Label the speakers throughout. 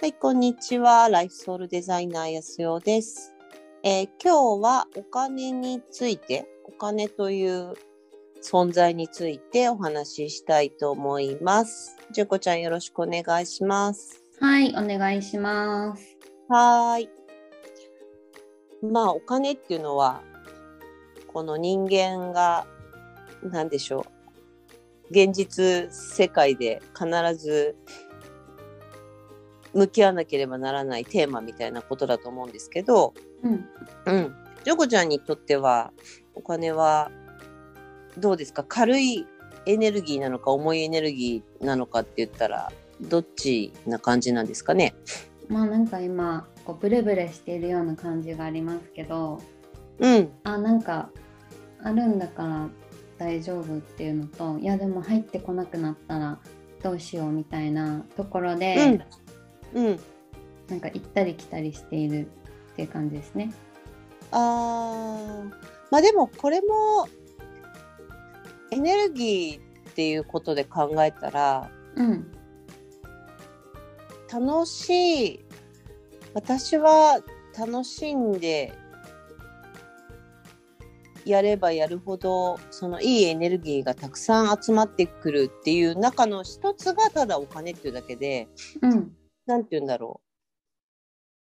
Speaker 1: はい、こんにちは。ライフソウルデザイナー安代です、えー今日はお金について、お金という存在についてお話ししたいと思います。じゅこちゃんよろしくお願いします。
Speaker 2: はい、お願いします。
Speaker 1: はーい。まあ、お金っていうのは、この人間が、なんでしょう。現実世界で必ず向き合わなければならないテーマみたいなことだと思うんですけど、
Speaker 2: うん、
Speaker 1: うん。ジョコちゃんにとっては、お金は、どうですか軽いエネルギーなのか、重いエネルギーなのかって言ったら、どっちな感じなんですかね
Speaker 2: まあなんか今こうブレブレしているような感じがありますけど、
Speaker 1: うん。
Speaker 2: あなんかあるんだから大丈夫っていうのと、いやでも入ってこなくなったらどうしようみたいなところで、
Speaker 1: うんうん。
Speaker 2: なんか行ったり来たりしているっていう感じですね。
Speaker 1: あーまあでもこれもエネルギーっていうことで考えたら
Speaker 2: うん、
Speaker 1: 楽しい私は楽しんでやればやるほどそのいいエネルギーがたくさん集まってくるっていう中の一つがただお金っていうだけで
Speaker 2: うん、
Speaker 1: 何て言うんだろう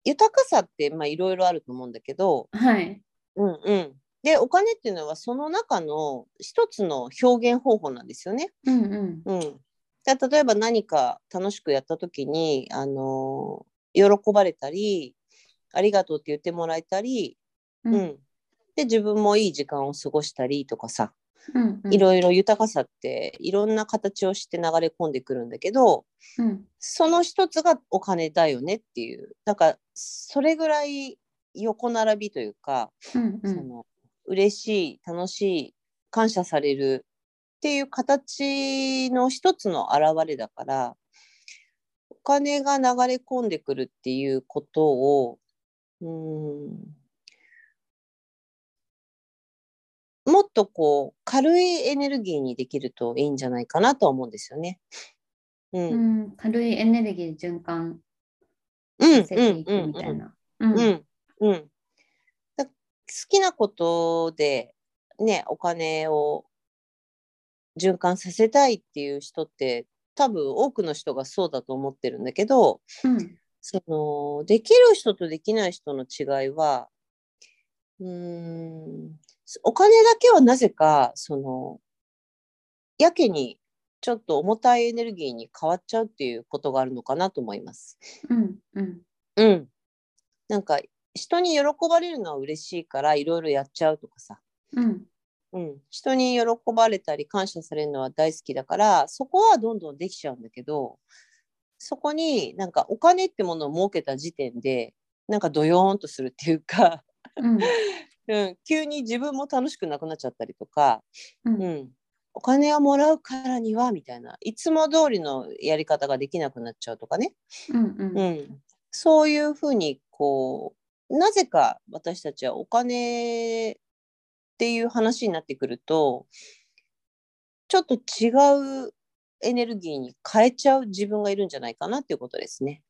Speaker 1: 豊かさってまあいろいろあると思うんだけど、
Speaker 2: はい、
Speaker 1: うんうん。で、お金っていうのはその中の一つの表現方法なんですよね。
Speaker 2: うんうん、
Speaker 1: うん。だ例えば何か楽しくやった時に、あのー喜ばれたり、ありがとうって言ってもらえたり、
Speaker 2: う
Speaker 1: うん。で、自分もいい時間を過ごしたりとかさ、
Speaker 2: うん、うん
Speaker 1: い、ろいろ豊かさっていろんな形をして流れ込んでくるんだけど、
Speaker 2: うん、
Speaker 1: その一つがお金だよねっていう、なんかそれぐらい横並びというか、
Speaker 2: うん、う
Speaker 1: そ
Speaker 2: ん、
Speaker 1: の嬉しい楽しい感謝されるっていう形の一つの表れだからお金が流れ込んでくるっていうことをうーんもっとこう軽いエネルギーにできるといいんじゃないかなとは思うんですよね。うん、
Speaker 2: う
Speaker 1: うん、
Speaker 2: ん、軽いエネルギーで循環
Speaker 1: うん、
Speaker 2: させていくみた
Speaker 1: うん
Speaker 2: いな。うん
Speaker 1: う、ん、うん。だ好きなことで、ね、お金を循環させたいっていう人って、多分多くの人がそうだと思ってるんだけど、
Speaker 2: うん、
Speaker 1: その、できる人とできない人の違いは、うーん、お金だけはなぜか、その、やけにちょっと重たいエネルギーに変わっちゃうっていうことがあるのかなと思います。
Speaker 2: うん、うん。
Speaker 1: うん。なんか、人に喜ばれるのは嬉しいから、いろいろやっちゃうとかさ。
Speaker 2: うん、
Speaker 1: うん。人に喜ばれたり、感謝されるのは大好きだから、そこはどんどんできちゃうんだけど、そこになんかお金ってものを設けた時点で、なんかドヨーンとするっていうか、
Speaker 2: うん、
Speaker 1: うん、急に自分も楽しくなくなっちゃったりとか、
Speaker 2: う、
Speaker 1: うんん、お金をもらうからにはみたいないつも通りのやり方ができなくなっちゃうとかね、
Speaker 2: うん、う、
Speaker 1: うんん、そういうふうにこうなぜか私たちはお金っていう話になってくるとちょっと違うエネルギーに変えちゃう自分がいるんじゃないかなっていうことですね。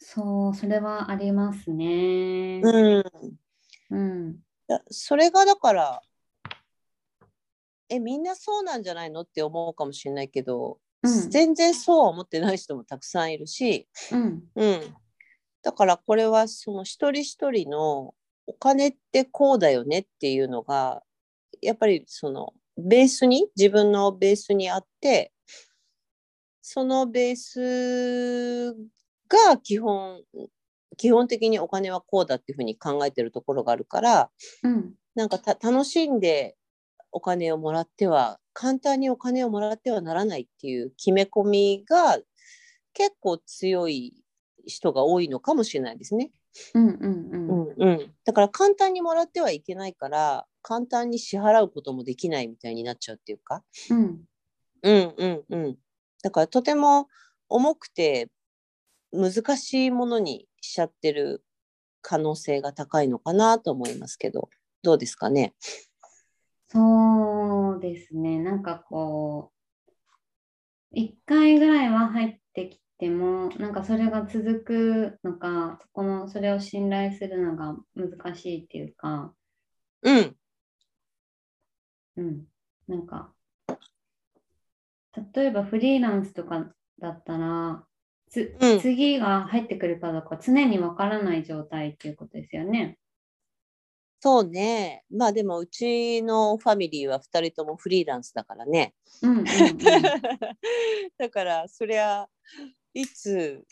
Speaker 2: そう、それはありますね。
Speaker 1: うん、
Speaker 2: うん、
Speaker 1: だそれがだからえみんなそうなんじゃないのって思うかもしれないけど、
Speaker 2: うん、
Speaker 1: 全然そうは思ってない人もたくさんいるし、
Speaker 2: うん、
Speaker 1: うん、だからこれはその一人一人のお金ってこうだよねっていうのがやっぱりそのベースに自分のベースにあってそのベースが基本基本的にお金はこうだっていうふうに考えてるところがあるから
Speaker 2: うん、
Speaker 1: なんかた楽しんでお金をもらっては簡単にお金をもらってはならないっていう決め込みが結構強い人が多いのかもしれないですね。
Speaker 2: うん、うん、うん、
Speaker 1: うん、だから簡単にもらってはいけないから簡単に支払うこともできないみたいになっちゃうっていうか。
Speaker 2: うん、
Speaker 1: うんうんうん、だからとても重くて難しいものにしちゃってる可能性が高いのかなと思いますけどどうですかね。
Speaker 2: そうですね。なんかこう、一回ぐらいは入ってきてもなんかそれが続くのかそこのそれを信頼するのが難しいっていうか、
Speaker 1: うん、
Speaker 2: うん、なんか例えばフリーランスとかだったらつ、
Speaker 1: うん
Speaker 2: 次が入ってくるかどうか常にわからない状態っていうことですよね。
Speaker 1: そうね。まあでもうちのファミリーは2人ともフリーランスだからね。
Speaker 2: うんうんうん
Speaker 1: だからそりゃいつ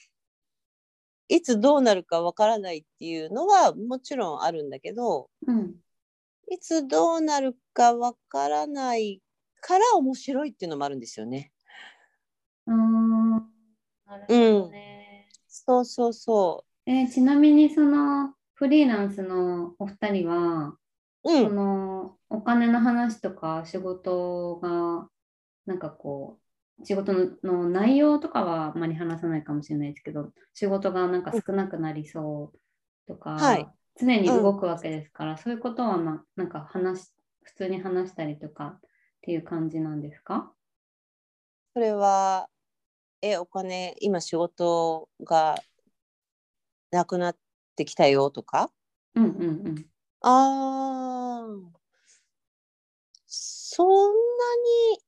Speaker 1: いつどうなるかわからないっていうのはもちろんあるんだけど
Speaker 2: うん
Speaker 1: いつどうなるかわからないから面白いっていうのもあるんですよね。
Speaker 2: あーなるほどね、
Speaker 1: そうそうそ
Speaker 2: えーちなみにそのフリーランスのお二人は、
Speaker 1: う。う
Speaker 2: そ
Speaker 1: ん。
Speaker 2: のお金の話とか仕事がなんかこう仕事のの内容とかはあまり話さないかもしれないですけど仕事がなんか少なくなりそうとか、
Speaker 1: はい
Speaker 2: 常に動くわけですから、そういうことはななんか話し普通に話したりとかっていう感じなんですか
Speaker 1: それはえお金今仕事がなくなってきたよとか
Speaker 2: うんうんうん。
Speaker 1: ああ、そんなに、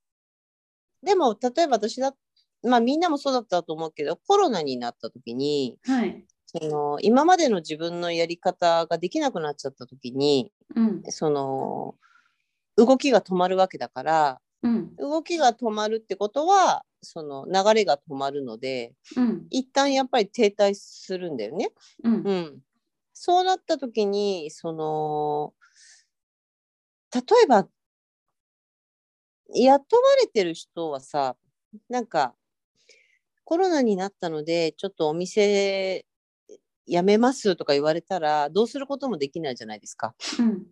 Speaker 1: でも例えば私だ、まあみんなもそうだったと思うけど、コロナになった時に、
Speaker 2: はい。
Speaker 1: その今までの自分のやり方ができなくなっちゃった時に、
Speaker 2: うん
Speaker 1: その動きが止まるわけだから、
Speaker 2: うん
Speaker 1: 動きが止まるってことは、その流れが止まるので、
Speaker 2: うん
Speaker 1: 一旦やっぱり停滞するんだよね。
Speaker 2: うん
Speaker 1: う。ん、そうなった時にその例えば雇われてる人はさなんかコロナになったのでちょっとお店辞めますとか言われたらどうすることもできないじゃないですか。
Speaker 2: うん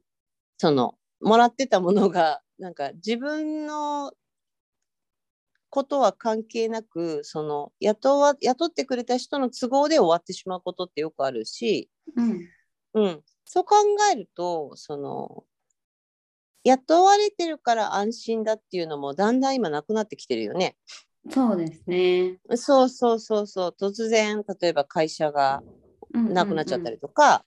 Speaker 1: そのもらってたものが なんか自分のことは関係なくその雇わ雇ってくれた人の都合で終わってしまうことってよくあるし、
Speaker 2: うん
Speaker 1: うん、そう考えるとその雇われてるから安心だっていうのもだんだん今なくなってきてるよね。
Speaker 2: そうですね。
Speaker 1: そうそうそうそう突然例えば会社がなくなっちゃったりとか、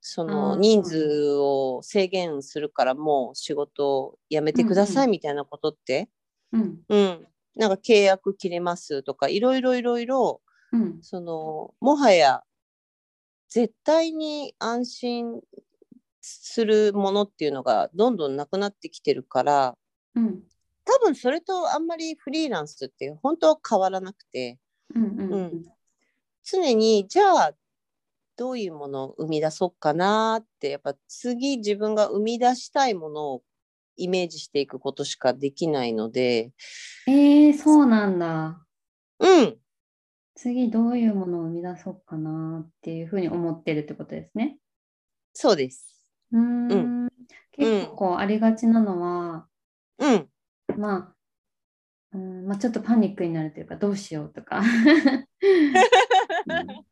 Speaker 1: そ
Speaker 2: あ
Speaker 1: の
Speaker 2: ー
Speaker 1: 人数を制限するからもう仕事を辞めてくださ
Speaker 2: う
Speaker 1: い
Speaker 2: ん
Speaker 1: みたいなことって、
Speaker 2: うん
Speaker 1: うんなんか契約切れますとかいろいろいろいろ
Speaker 2: うん
Speaker 1: そのもはや絶対に安心するものっていうのがどんどんなくなってきてるから
Speaker 2: うん
Speaker 1: 多分それとあんまりフリーランスって本当は変わらなくて
Speaker 2: うんうん
Speaker 1: うん常にじゃあどういうものを生み出そうかなってやっぱ次自分が生み出したいものをイメージしていくことしかできないので
Speaker 2: えー、そうなんだ。
Speaker 1: うん
Speaker 2: 次どういうものを生み出そうかなっていうふうに思ってるってことですね。
Speaker 1: そうです。
Speaker 2: うーん
Speaker 1: うん
Speaker 2: 結構ありがちなのは、
Speaker 1: うん
Speaker 2: まあ、うんまあ、ちょっとパニックになるというかどうしよう とか。うん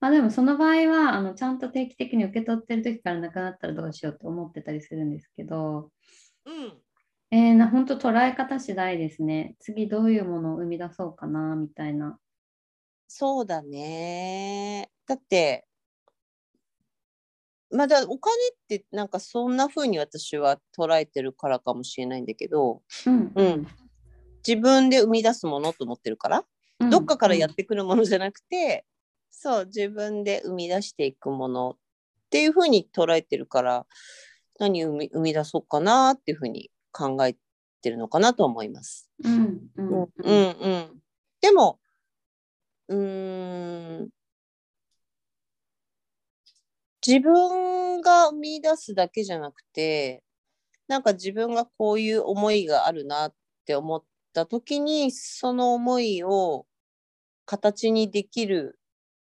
Speaker 2: まあでもその場合はあのちゃんと定期的に受け取ってる時からなくなったらどうしようって思ってたりするんですけど、
Speaker 1: うん
Speaker 2: えー、な本当捉え方次第ですね。次どういうものを生み出そうかなみたいな。
Speaker 1: そうだね。だって、まあだお金ってなんかそんな風に私は捉えてるからかもしれないんだけど、
Speaker 2: うん
Speaker 1: うん、自分で生み出すものと思ってるから、
Speaker 2: うん
Speaker 1: どっかからや
Speaker 2: う
Speaker 1: っ
Speaker 2: ん
Speaker 1: てくるものじゃなくて、そう自分で生み出していくものっていう風に捉えてるから何生み生み出そうかなっていう風に考えてるのかなと思います。
Speaker 2: うんうん
Speaker 1: うん
Speaker 2: う
Speaker 1: うんんうん、でもうーん自分が見出すだけじゃなくてなんか自分がこういう思いがあるなって思った時にその思いを形にできる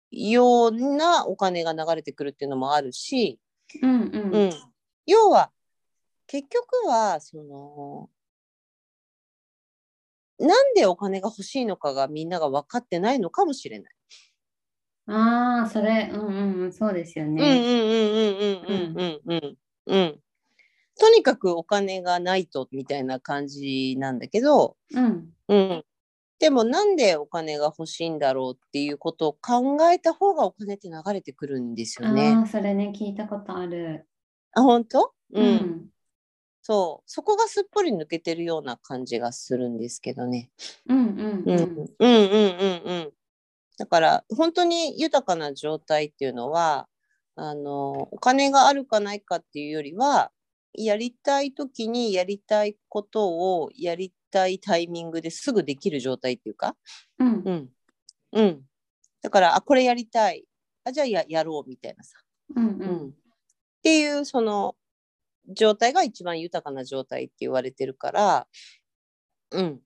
Speaker 1: ようなお金が流れてくるっていうのもあるし、
Speaker 2: うんうん
Speaker 1: うん、要は結局はそのなんでお金が欲しいのかがみんなが分かってないのかもしれない。
Speaker 2: ああ、それ、うんうんうん、そうですよ
Speaker 1: う
Speaker 2: ね。
Speaker 1: んうんうんうんうんうんうんうんとにかくお金がないとみたいな感じなんだけど、
Speaker 2: うん、
Speaker 1: うん、でもなんでお金が欲しいんだろうっていうことを考えた方がお金って流れてくるんですよね。
Speaker 2: ああ、それね、聞いたことある。
Speaker 1: あ本当、うん、そうそこがすっぽり抜けてるような感じがするんですけどね。
Speaker 2: うんう
Speaker 1: うんん、
Speaker 2: う
Speaker 1: うんう
Speaker 2: ん。
Speaker 1: んうんうんだから本当に豊かな状態っていうのはあのお金があるかないかっていうよりはやりたい時にやりたいことをやりたいタイミングですぐできる状態っていうか
Speaker 2: うん
Speaker 1: うん。うん。だから、あ、これやりたい。あ、じゃあややろうみたいなさ。
Speaker 2: うん
Speaker 1: う
Speaker 2: うん。
Speaker 1: っていう、その、状態が一番豊かな状態って言われてるから、うん。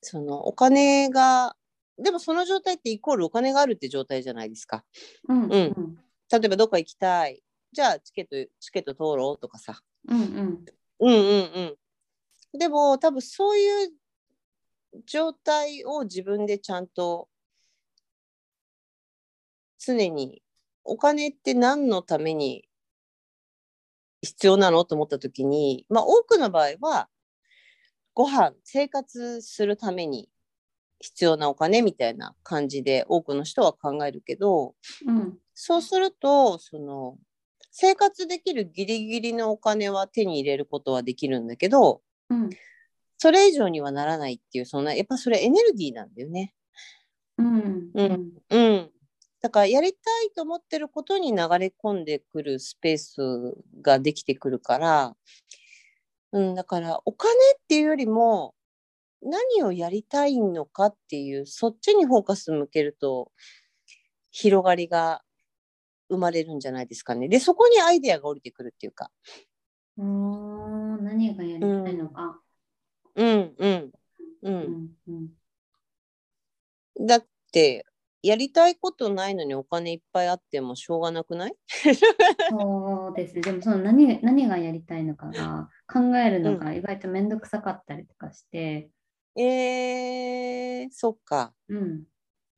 Speaker 1: その、お金が、でもその状態ってイコールお金があるって状態じゃないですか。
Speaker 2: うんうん
Speaker 1: うん例えば、どっか行きたい。じゃあ、チケット、チケット通ろうとかさ。
Speaker 2: うん
Speaker 1: うんうんうん。でも多分そういう状態を自分でちゃんと常にお金って何のために必要なのと思った時に、まあ、多くの場合はご飯生活するために必要なお金みたいな感じで多くの人は考えるけど、
Speaker 2: うん
Speaker 1: そうすると、その、生活できるギリギリのお金は手に入れることはできるんだけど、
Speaker 2: うん
Speaker 1: それ以上にはならないっていう、そんな、やっぱそれエネルギーなんだよね。
Speaker 2: うんうん
Speaker 1: うん。だから、やりたいと思ってることに流れ込んでくるスペースができてくるから、うん、だから、お金っていうよりも、何をやりたいのかっていう、そっちにフォーカス向けると、広がりが生まれるんじゃないですかね。で、そこにアイデアが降りてくるっていうか。
Speaker 2: おー何がやりたいのか。
Speaker 1: うん、うん、う。
Speaker 2: うんんうん
Speaker 1: だって、やりたいことないのにお金いっぱいあってもしょうがなくない
Speaker 2: そうですね。でもその何何がやりたいのかが考えるのが意外と面倒くさかったりとかして、
Speaker 1: えー、そっか。
Speaker 2: うん、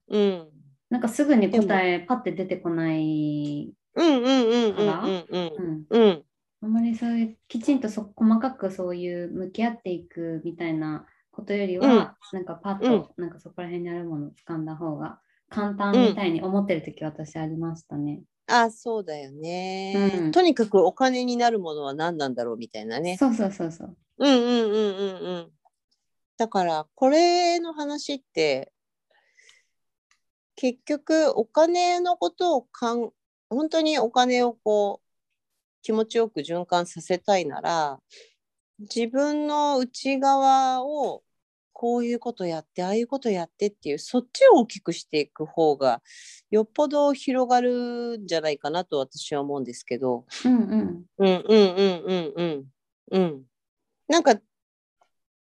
Speaker 1: うん。
Speaker 2: なんかすぐに答えパッて出てこない、
Speaker 1: うんうんうんうん
Speaker 2: から
Speaker 1: うん
Speaker 2: うん、
Speaker 1: うんうん
Speaker 2: あんまりそういうきちんとそ細かくそういう向き合っていくみたいなことよりは、なんかパッと、なんかそこら辺にあるものを掴んだ方が簡単みたいに思ってる時私ありましたね。
Speaker 1: あそうだよね、
Speaker 2: うん
Speaker 1: とにかくお金になるものは何なんだろうみたいなね。
Speaker 2: そうそうそうそう。
Speaker 1: うんうんうんうんうん。だからこれの話って結局お金のことをかん本当にお金をこう気持ちよく循環させたいなら自分の内側をこういうことやってああいうことやってっていうそっちを大きくしていく方がよっぽど広がるんじゃないかなと私は思うんですけど。
Speaker 2: うんうん。
Speaker 1: うんうんうんうんうんうん。なんか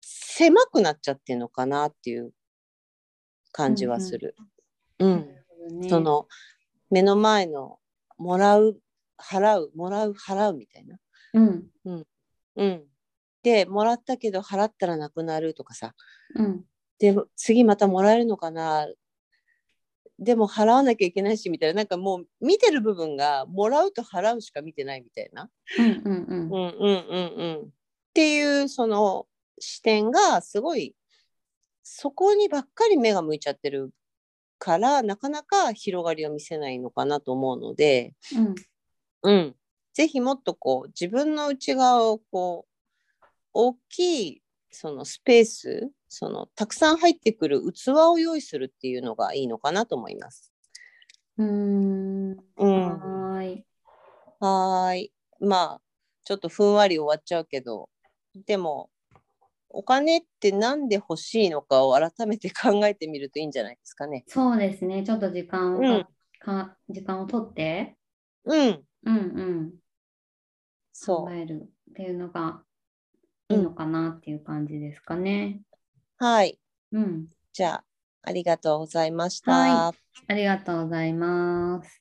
Speaker 1: 狭くなっちゃってるのかなっていう感じはする。うん、
Speaker 2: なるほどね
Speaker 1: その目の前のもらう払うもらう払うみたいな。
Speaker 2: うん
Speaker 1: うん、でもらったけど払ったらなくなるとかさ
Speaker 2: うん
Speaker 1: で次またもらえるのかなでも払わなきゃいけないしみたいななんかもう見てる部分がもらうと払うしか見てないみたいな。
Speaker 2: うんうんうん
Speaker 1: うんうんうんうん。っていうその視点がすごいそこにばっかり目が向いちゃってるからなかなか広がりを見せないのかなと思うので、
Speaker 2: うん
Speaker 1: うん、ぜひもっとこう自分の内側をこう大きいそのスペースそのたくさん入ってくる器を用意するっていうのがいいのかなと思います。
Speaker 2: うーん。
Speaker 1: うん、
Speaker 2: はーい。
Speaker 1: はーい。まあ、ちょっとふんわり終わっちゃうけど、でも、お金ってなんで欲しいのかを改めて考えてみるといいんじゃないですかね。
Speaker 2: そうですね。ちょっと時間を、
Speaker 1: うん
Speaker 2: か時間を取って、
Speaker 1: うん、
Speaker 2: うんうん、
Speaker 1: そ
Speaker 2: 考
Speaker 1: う。
Speaker 2: えるっていうのがいいのかなっていう感じですかね。
Speaker 1: はい。
Speaker 2: うん。
Speaker 1: じゃあ、ありがとうございました。
Speaker 2: はいありがとうございます。